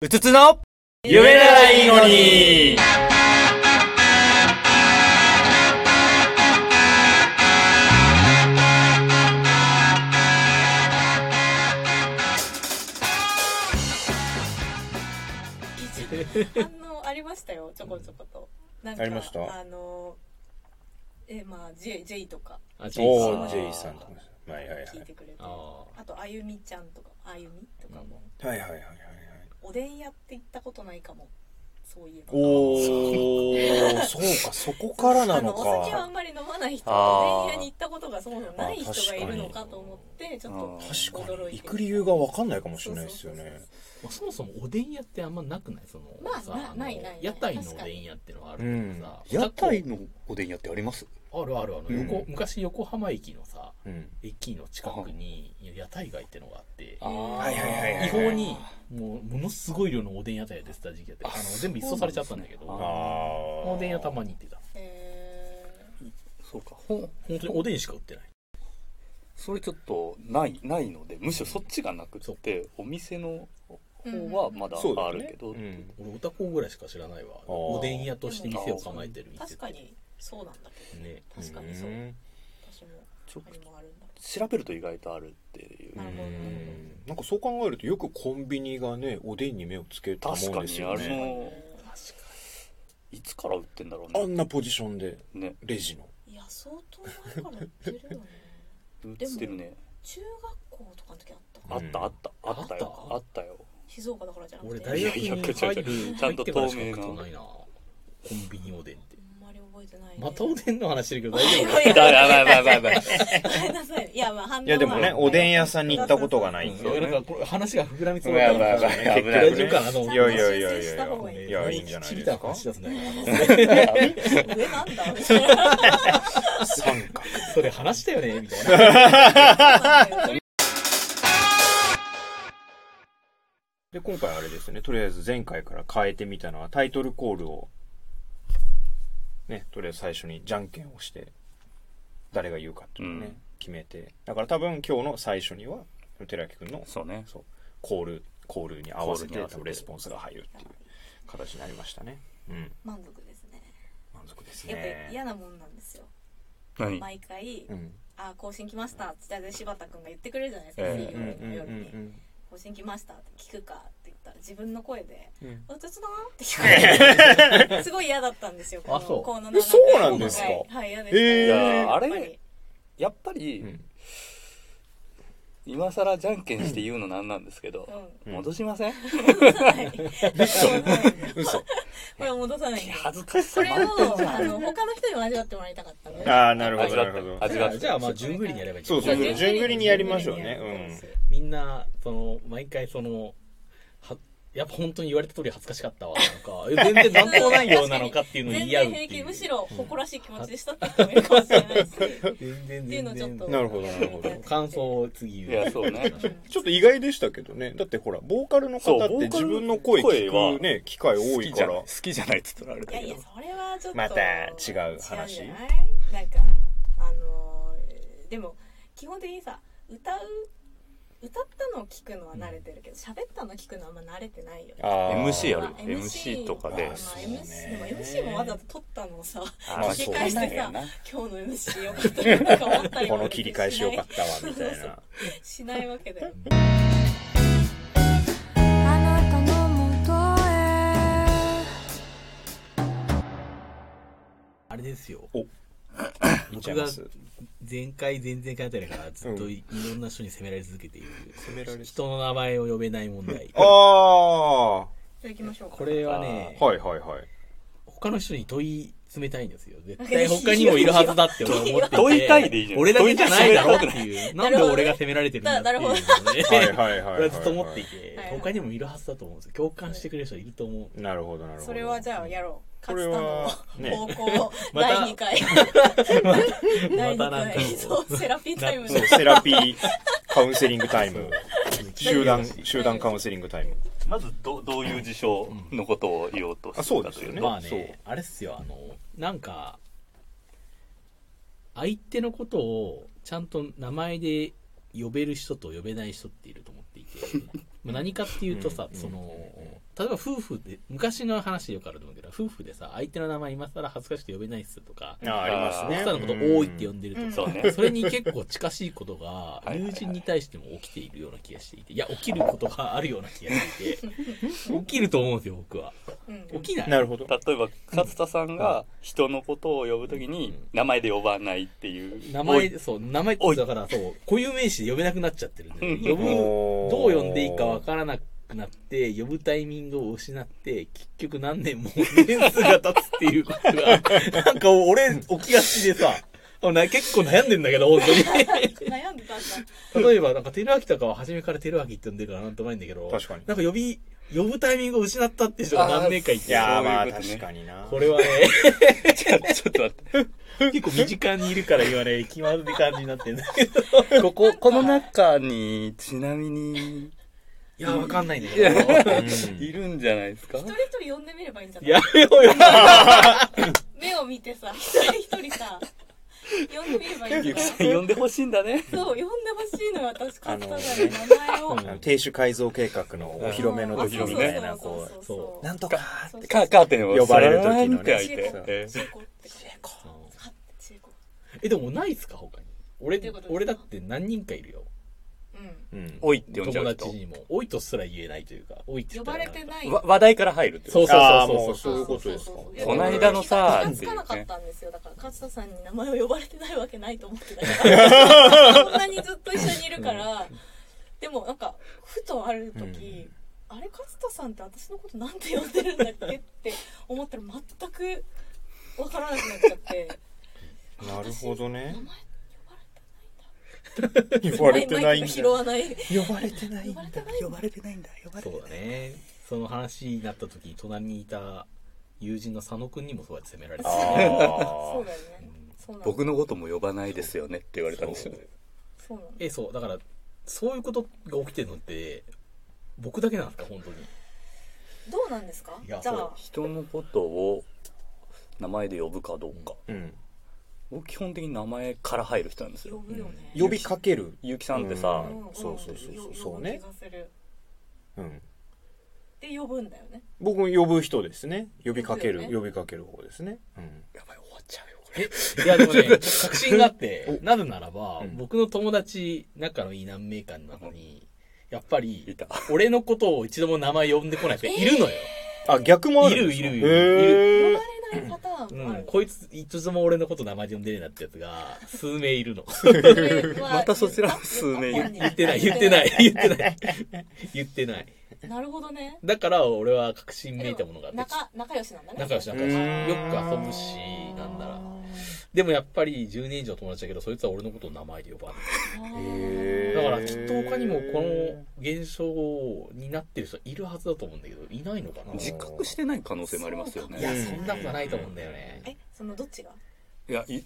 うつつの夢ならいいのに反応ありましたよちょこちょことなんかありましたあのえまあ J, J とかあ、ジおェイー、ジェイさんととか。はいはいはい。聞いてくれてああとあゆみちゃんとかあゆみとかも、はいはいはいはい。おでん屋って行ったことないかもそういえばおー、そうか、そこからなのあのお酒はあかん。まり飲まない人あーおでん屋に行ったことがそもそもない人がいるのかと思ってちょっと確か驚に、い行てく理由がわかんないかもしれないですよそうそうねそう。あ。そもそもおでん屋ってあんまなくないその、まあさなのないないない屋台のおでん屋ってのはあるけどさ。屋台のおでん屋ってありますあるあるあうる。ん横、昔横浜駅のさ、うん。駅の近くに屋台街ってのがあって、あーはいはいはいはい。違法に、もう、ものすごい量のおでん屋台が出てた時期やって、あの、全部一掃されちゃったんだけど、あおー。でん屋たまに行ってた。えそうかほん本当におでんしか売ってない。それちょっとないないのでむしろそっちがなくそうってお店の方はまだそうだよあねるけど、うん俺、おたこぐらいしか知らないわ。あーおでん屋として店を構えてー、る店って確か。にそうなんだけね。ど確かにそう、ん私もちょあれもあるんだ調べると意外とあるっていう、なるほどうんなんかそう考えるとよくコンビニがねおでんに目をつけたもん確かですによあれねもいつから売ってんだろうあねんなポジションでねレジのいや相当前から言ってるよ ね売ってるね中学校とかの時あったかなあったあったあったよああっったよ静岡だからじゃなく俺て大学に入るいやいや違う違うちゃんと透明な入ってからしか食ったことないなコンビニおでんってあんまり覚えてない、ね、またおでんの話してるけどいや大丈いやだやばいやばいやばいごめんなさいいやまあ反応はいやでもねおでん屋さんに行ったことがないん夫いでやなんかこれ話が膨らみそうやばいやばいやばい危ない大危丈ない夫かなと思っいてやいやいやいやいちゃんと修正した方がいやいいやいいんじゃないちびでたす話か出すね上なんだみたいな三角それ話したよねみた いなで今回あれですねとりあえず前回から変えてみたのはタイトルコールをねとりあえず最初にじゃんけんをして誰が言うかっていうのをね、うん決めてだから多分今日の最初には寺木君のそうねそうコールコールに合わせコールに合わせてて多分レスポンスが入るっていう形になりましたねうん満足ですね満足ですやっぱりね嫌なもんなんですよ何毎回うん「あ更新来ました」ってで柴田君が言ってくれるじゃないですえかえ水う曜んうん日の夜うにん「更新来ました」って聞くかって言ったら自分の声でうんうん「うつつだな」って聞かれて すごい嫌だったんですよこのあそうこのえそうなんですかはいはい嫌でしたええやっぱりいやあれやっぱり、うん今さらじゃんけんして言うのなんなんですけど、うん戻しません、 嘘これは戻さないんいでや恥ずかしこされ満点をじゃあんの他の人にも味わってもらいたかったのでああなるほど味なわっるほてど味わってじゃあまあ順繰りにやればいいそうそうそう順繰りにやりましょうねうんみんなその毎回そのはやっぱ本当に言われた通り恥ずかしかったわなのか全然なんともないようなのかっていうのを言全い合うっ然て平い気うむしろ誇らしい気持ちでしたって人もいるかもしれないしっ全然ていうのをちょっとなるほどなるほど感想を次い言うやそうねちょっと意外でしたけどね。だってほら、ボーカルの方そうっボてーカ自ル分の声聞くね、機会多好いきかじゃら。好きじゃないって言ったらあれいだやけいやどそれはちょっとまた違う話違うんじゃないなんかあのーでも基本的にさ歌う歌ったのを聞くのは慣れてるけど喋、ったの聞くのはあんま慣れてないよねあー MC やるまあ MC とかまでああそう MC でもね MC もわざわざ撮ったのをさまあ聞き返しそうだてよさな今日の MC よかったなとか思ったりもこの切り返しよかったわ、みたいな。しないわけだよあなたのもとあれですよおいっちゃ僕いまがす前回前々回あたりからずっうとんい,、ろんな人に責められ続けているめられて人の名前を呼べない問題ああはじゃあ行きましょうかこれはねいはいはい。他の人に問い詰めたいんですよ絶 対他にもいるはずだって俺は思ってて問いたいでいいじゃん俺だけじゃないだろっていうなんで俺が責められてるんだっていうのをねはいはいはい俺はいは。はいずっと思っていてはい他にもいるはずだと思うんですよ共感してくれる人いると思うなるほどなるほど。それはじゃあやろうこれ勝田のは、ね。方向また第2回第ま2たなんか回そうセラピータイムそのう、セラピーカウンセリングタイム。集団、そ集団カウンセリングタイム。まずどどういう事象のことを言おうとしてあそうたですといようねねまあねあれっすよあのなんか相手のことをちゃんと名前で呼べる人と呼べない人っていると思っていてまあ何かっていうとさ、うんその、例えば夫婦で昔の話よくあると思うけど夫婦でさ相手の名前今更恥ずかしくて呼べないっすとかあありますね奥さんのこと「うん多い」って呼んでるとか、そうねそれに結構近しいことがいはいはい友人に対しても起きているような気がしていていや起きることがあるような気がしていて起きると思うんですよ僕はうん起きないなるほど例えば勝田さんが人のことを呼ぶときにうん名前で呼ばないっていう名おい前そう名前っおていだからそう固有名詞で呼べなくなっちゃってるんで、うん呼ぶおーどう呼んでいいかわからなくなって呼ぶタイミングを失って結局何年も年数が経つっていうことが なんか俺起きがちでさな結構悩んでんだけど本悩んでたんだ当に 例えばなんか照明とかは初めから照明って呼んでるからなんともないんだけど確かになんか呼び呼ぶタイミングを失ったっていう人が何年かいいてやそーうまあいうことね確かになこれは ねちょっと待って結構身近にいるから言われ気まずい感じになってんだけどこここの中にちなみにいやわかんないんだけどうんいるんじゃないですか一人一人呼んでみればいいんじゃないやめようよ。目を見てさ一人一人さ呼んでみればいいんじゆゃきないさん呼んでほしいんだねそう呼んでほしいのが私あ勝の田さんの名前をうんあの亭主改造計画のお披露目の時うんみたいなそうこそううそうなんとかそうそうカカーテンを呼ばれる時のねさらんって開いそうてえシェコってシェコはってシェコ え、でもないっすか他に。俺どういうこと、俺だって何人かいるよ。うんうんおいって呼んじゃ友う達人にも。多いとすら言えないというか、多いって言呼ったばられなんかてないわ話題から入るってことそうあーそもううそうそうそう。そういうことですかいやこの間のさ気がつかなかったんですよだから勝田さんに名前を呼ばれてないわけないと思ってたか らこんなにずっと一緒にいるからでもなんかふとある時、あれ勝田さんって私のことなんて呼んでるんだっけって思ったら全くわからなくなっちゃってなるほどね呼ばれてないんだマイマイクが拾わない呼ばれてないん呼ばれてだないんだばれてないんだ呼ばそうだね。その話になった時、隣にいた友人の佐野くんにもそうやって責められてた。あそうだよねそうなの僕のことも呼ばないですよねって言われたんですよねそうなのえ、そう、だから、そういうことが起きてるのって、僕だけなんですか、本当に。どうなんですかいじやゃあ人のことを名前で呼ぶかどうか、ーうん僕基本的に名前から入る人なんです呼よぶよね呼びかけるゆうきさんってさ、うんそうそうそうそうそうね呼ぶ気がするうんで呼ぶんだよね僕も呼ぶ人ですね呼びかけ呼るぶよね呼びかける方ですねうんやばい終わっちゃうよこれえ、いやでもね、 確信があって、なぜならば、うん僕の友達、仲のいい何名かの中に、やっぱりいた、俺のことを一度も名前呼んでこない人がいるのよ。あ逆もあるんですかいるいるいるへー呼ばれないパターンもあうん、る、こいつ、一度も俺のこと名前で呼んでねえなってやつが、数名い るの。これはまたそちらの数名言う言ってない、言って ない、言ってない。言ってない。なるほどねだから、俺は確信めいたものがあって、仲仲良しなんだね仲良しな仲う良し。ーんよく遊ぶし、なんなら。でもやっぱり10年以上友達だけど、そいつは俺のことを名前で呼ばない。へーだからきっと他にもこの現象になってる人いるはずだと思うんだけどいないのかな自じ覚してない可能性もありますよそういかやねうんそんなことないと思うんだよねえそのどっちがいやい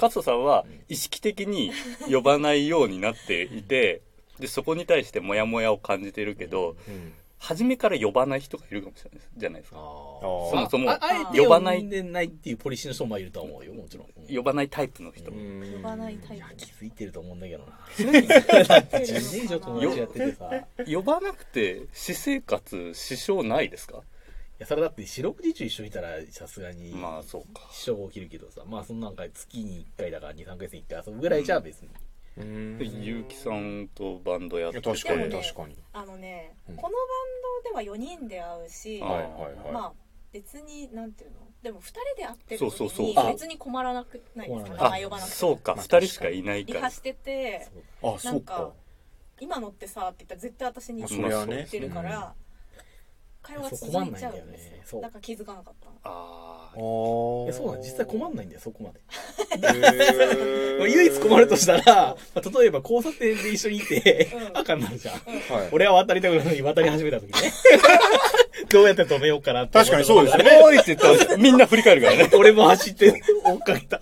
勝田さんは意識的に呼ばないようになっていてでそこに対してモヤモヤを感じてるけどうん初めから呼ばない人がいるかもしれないですじゃないですあかーそもそもああえて呼呼ばばなないいでないっていうポリシーの人もいると思うよもちろん呼ばないタイプの人、うん呼ばないタいイやプ気づいてると思うんだけどな ちなみに10年以上友達やっててさい呼ばなくて私生活支障ないですかやそれだって四六時中一緒にいたらさすがにまあそうか支障が起きるけどさまあそんなんか月に1回だから23ヶ月に1回遊ぶぐらいじゃあ別にうんでゆうきさんとバンドやっいやて確かでにもね確かにあのね、うんこのバンドでは4人で会うし、あはいはいまはあ別になんていうのでも2人で会ってるそうそう時にそう別に困らなくないですかあ名前呼ばなくてもそうかまあ2人しかいないリかハらしてていあそなんうかか今のってさって言ったら絶対私にまあ言そりゃれねってるかうんら、会話そう続困いんないちゃんうだよんねですよそうだから気づかなかったのああーいやそうなの実際困んないんだよそこまでへまあー 唯一困るとしたら、まあ例えば交差点で一緒にいて、うん赤になるじゃん。はい 俺は渡りたくないのに渡り始めた時ね。 どうやって止めようかなって。確かにそうですあねおいって言ったらみんな振り返るからね俺も走って追っかけた。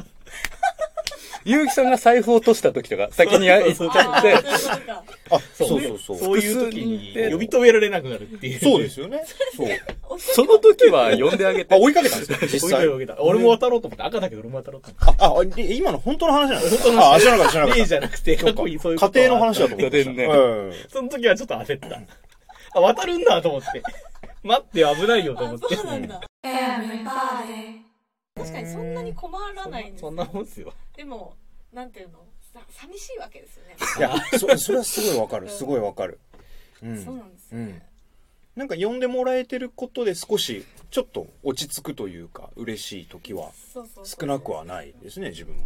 ゆうきさんが財布落とした時とか先に行っちゃあっ あーてそういうことかあそうそうそうそういう時に呼び止められなくなるっていう。そうですよねそうおっしゃその時は呼んであげてあ追いかけたんで すか追実いか際け追いかけた。俺も渡ろうと思って、赤だけど俺も渡ろうと思っああで今の本当の話なんですか本当の話あ知らなかった知らなて。か例っじゃなくて、過去にそういうこたとは家庭の話だと思ってました家庭ねうんその時はちょっと焦った。あ、渡るんだと思って。待って危ないよと思あってそうなんだ everybody 確かにそんなに困らないんですそよんなもんっすよでもなんていうのさ寂しいわけですよね、いやそそれはすごいわかるすごいわかるうそうなんんですよね、なんか呼んでもらえてることで少しちょっと落ち着くというか嬉しい時はそうそうそう少なくはないですね自分も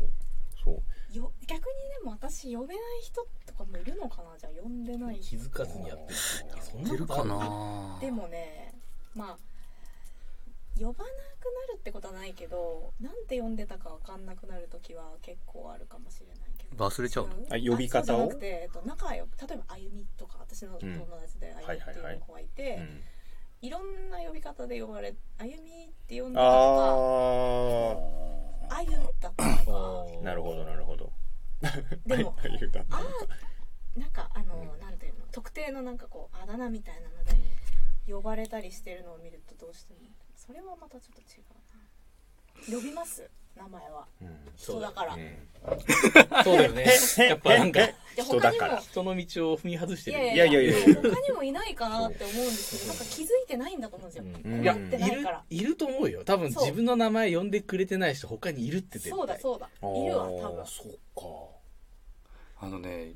そうよ逆にでも私呼べない人とかもいるのかなじゃあ呼んでない人気づかずにやってるっていうそん出ることあかなでもねまあ呼ばなくなるってことはないけどなんて呼んでたか分かんなくなる時は結構あるかもしれないけど忘れちゃうのあ呼び方をあそうじゃなくて、えっと、仲良く例えば「あゆみ」とか私の友達で「あゆみ」ってはいはいはいいう子がいて、いうんろんな呼び方で呼ばれ「あゆみ」って呼んでたのあか「あゆ」だったのかあなるほどなるほどでもあ言うたあなんかあの、なんていうの特定のなんかこうあだ名みたいなので呼ばれたりしてるのを見るとどうしてもそれはまたちょっと違うな呼びます名前はうん人だから、うんそうだ よねやっぱなんかで人他だにかもら人の道を踏み外しているやいややいいややいいややいや他にもいないかなって思うんですけどなんか気づいてないんだと思うんですよ、うんいや困ってないから、いるいると思うよ多分そう自分の名前呼んでくれてない人他にいるって絶対そうだそうだあーいるわ多分そうかあのね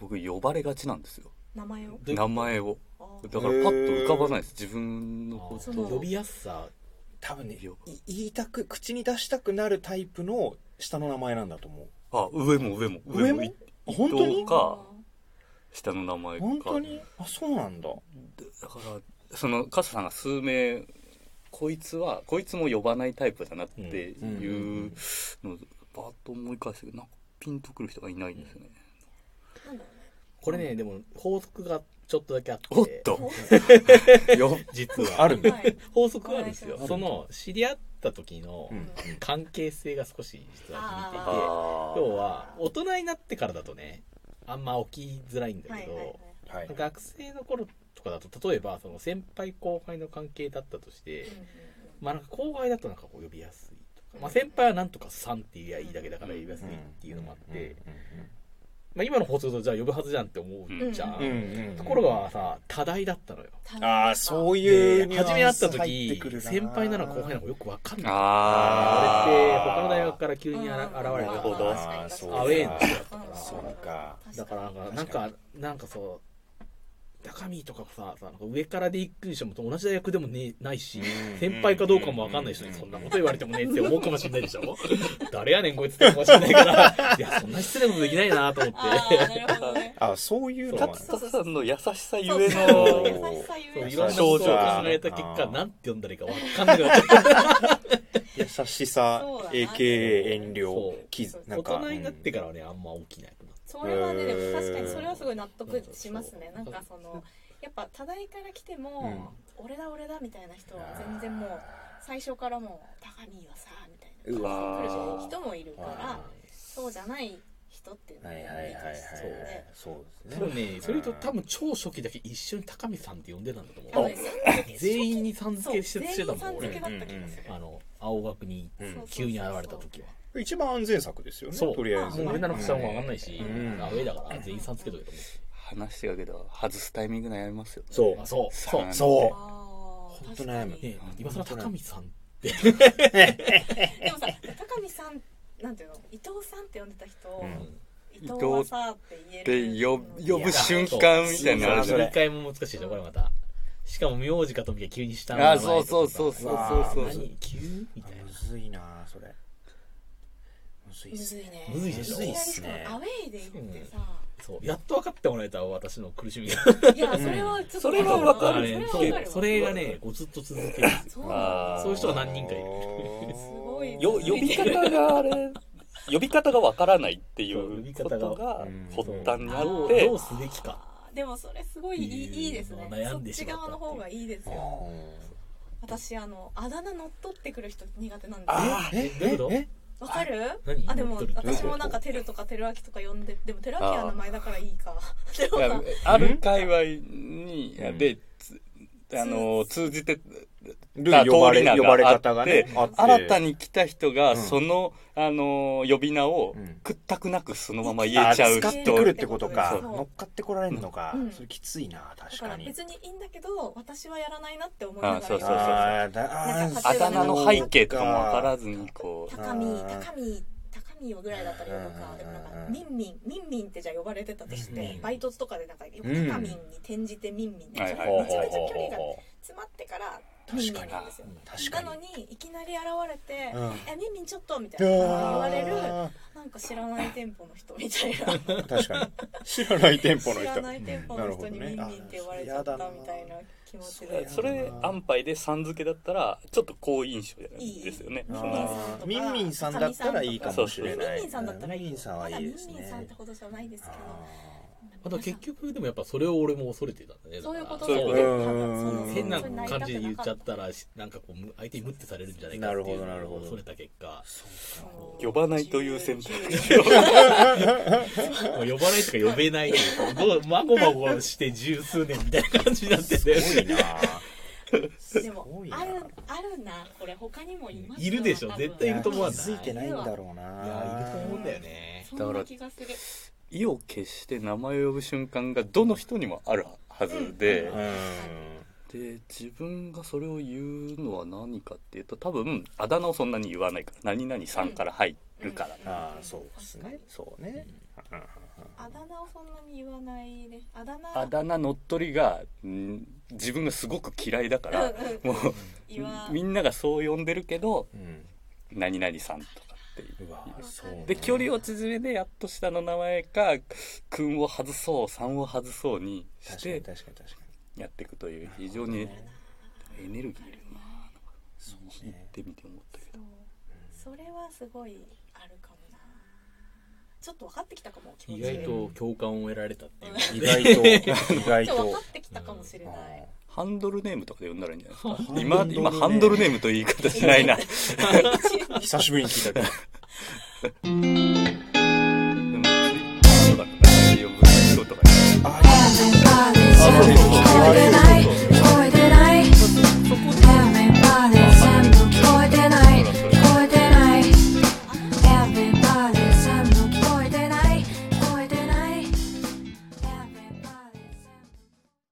僕呼ばれがちなんですよ名前をどういうこ名と前をあだかーらパッと浮かばないです自分のこそとの呼びやすさ多分ねい言いたく口に出したくなるタイプの下の名前なんだと思うあ上も上も上もい本当にどうか下の名前か本当にあそうなんだだからそのカスさんが数名こいつはこいつも呼ばないタイプだなっていうのをバーッと思い返してなんかピンとくる人がいないんですよね、なんだろうねこれねでも法則がちょっとだけあっておっ とよ実はあるんだはい法則があるんですよはいその知り合った時のうん関係性が少し実は似ていて あ要は大人になってからだとねあんま起きづらいんだはけいど、はいはいはい学生の頃とかだと例えばその先輩後輩の関係だったとしうて、んうんまあなんか後輩だとなんかこう呼びやすいとか、まあ、先輩はなんとかさんって言えばいいだけだから呼びやすいっていうのもあって、まあ、今の放送とじゃあ呼ぶはずじゃんって思うじゃん、うんうんうんところがさ多大だったのようんああそういでうニュ初めアン会ったス時入ってくるな先輩なのか後輩なのかよくわかんないあーあれって他の大学から急にあら現うんれなるたほどあー確かに確かにアウェーの人だったうかんらそうか確だからなんかなん確かかなんかそう高見とかささなんか上からで行くにしても同じ大学でもねないしうん先輩かどうかも分かんない人うにんそんなこと言われてもねって思うかもしれないでしょ誰やねんこいつって思うかもしれない からいやそんな失礼なことできないなと思ってあーなるほど ねあそういうのあは勝田さんの優しさゆそうえそうの優しさゆそえういろんな症こ状とを考えた結あ果ーなんて呼んだらいいか分かんなくなっちゃっ優しさそうだな AKA 遠慮そうきそうたなんか大人になってからはねあんま起きないくなそれはね、でへーも確かにそれはすごい納得しますね。ななんんかかその、やっぱ多大から来ても、俺だ俺だみたいな人は全然もう、最初からもう、高見はさ、みたいな。うわー人もいるかあら、そうじゃない人っていうのはもいいはいいはいはいそうで。そうですでもねねそれと多分超初期だけ一瞬高見さんって呼んでたんだと思あのうねさん付け全員にさん付そうけして全して員たもさんん俺付けだった気がする。あの青学にうんそうそうそう急に現れた時は一番安全策ですよねそうとりあえずもう俺らの口さんも分かんいないしうんアウェイだから全員さんつけとけと思話してたけど外すタイミング悩みますよねそううあそうそうさそうあーほんと悩む確かにね今更高見さんでもさ、高見さん、なんていうの、伊藤さんって呼んでた人を、ん伊藤はさって言える。で呼うん呼ぶ瞬間みたいなのあるじゃいなやい一回も難しいでしょこれまたしかも名字かと思いきや急に下のあそうそうそうそうそううわそーう何急みたいむずいなそれむずいむっすずいね。むずいでしょいきなりしかもアウェイで行ってさ。なそうやっと分かってもらえた私の苦しみがいや、それはちょっと。それはわかあるれそそれはわうかるそれが。ねこうずっと続けるんですそうよなんだあーそういう人が何人かいするごい。よ呼び方があれ 呼び方がわからないっていそう呼びうこ方がとがうん発端にあどっうてどうすべきかあーでもそれすごいいいいいですね。悩そんっでしちまっ側たっていうの方がいいですよ。私、あの、あだ名乗っ取ってくる人苦手なんですよ。あえどういうことえわかる何あ、でも乗っ取るって私もなんか、テルとかテルアキとか呼んで、でもテルアキは名前だからいいか。でもいやさ、ある界隈にうんで、つあの通じてルあー呼ば通れり名呼がばれ方がねああっってて新たに来た人が、うんその、あのー呼び名をうん、屈託なくそのまま言えちゃう人。あ使ってくるってことかそうそう乗っかってこられるのか、うんそれきついなだ確かからに別にいいんだけど私はやらないなって思いながらあそうそうそうあーだあーあだ名の背景とかもわからずに、こ高見あー高見高見よぐらいだったら呼ぶかうんでもなんかうんミンミンミンミンってじゃあ呼ばれてたとしミンてミンバイトとかでなんかよくうん高見に転じてミンミンではめいちゃはいはいほうめちほうゃほ距離うがほ詰まってから確ミかンにミンなんですよう確なかのににいきなり現れてうん「えミンミンちょっと」みたいな言われるあなんか知らない店舗の人みたいー確かに 知らない店舗なの知人らない店舗の人にミンミンって呼ばれちゃったみたいな気持ちう、でそれ安牌でさん付けだったら、ちょっと好印象じゃないですよね。いいそいいのあーミンミンさんだったらいいかもしれなミいンミンさんだったらいいミンミンさんはいいですねまだミンミンさんってほどじゃないですけどあと結局でもやっぱそれを俺も恐れてたんだねだからそういうことだよねそううん変なそう感じで言っちゃったらなんかこうむ相手に無ってされるんじゃないかっていうなるほどなるのほをど恐れた結果呼ばないという選択肢を。もう呼ばないとか呼べないというかどうまごまごして十数年みたいな感じになっててすごい なでもごいなあるあるなこれ他にもいますいるでしょ絶対いると思わない気づいてないんだろういやいると思うなんだよねそんな気がする意を決して名前を呼ぶ瞬間がどの人にもあるはずで、で自分がそれを言うのは何かっていうと多分あだ名をそんなに言わないから何々さんから入るから、うんああそうですねそうねあだ名をそんなに言わないねあだ名あだ名乗っ取りがん自分がすごく嫌いだからうんもう言わみんながそう呼んでるけどうん何々さんとかっていううわそうねで距離を縮めてやっと下の名前か「くん」を外そう「さん」を外そうにし確かにて確かに確かやっていくという非常にエネルギーいるなそう言ねってみて思ったけどそうそれはすごいあるかもなちょっと分かってきたかも気持ち意外と共感を得られたっていうに意外と意ちょ外っ と分かとってきたかもしれないハンドルネームとかで呼んだらいいんじゃないですかうん今今ハンドルネームという言い方しないな久しぶりに聞いたけど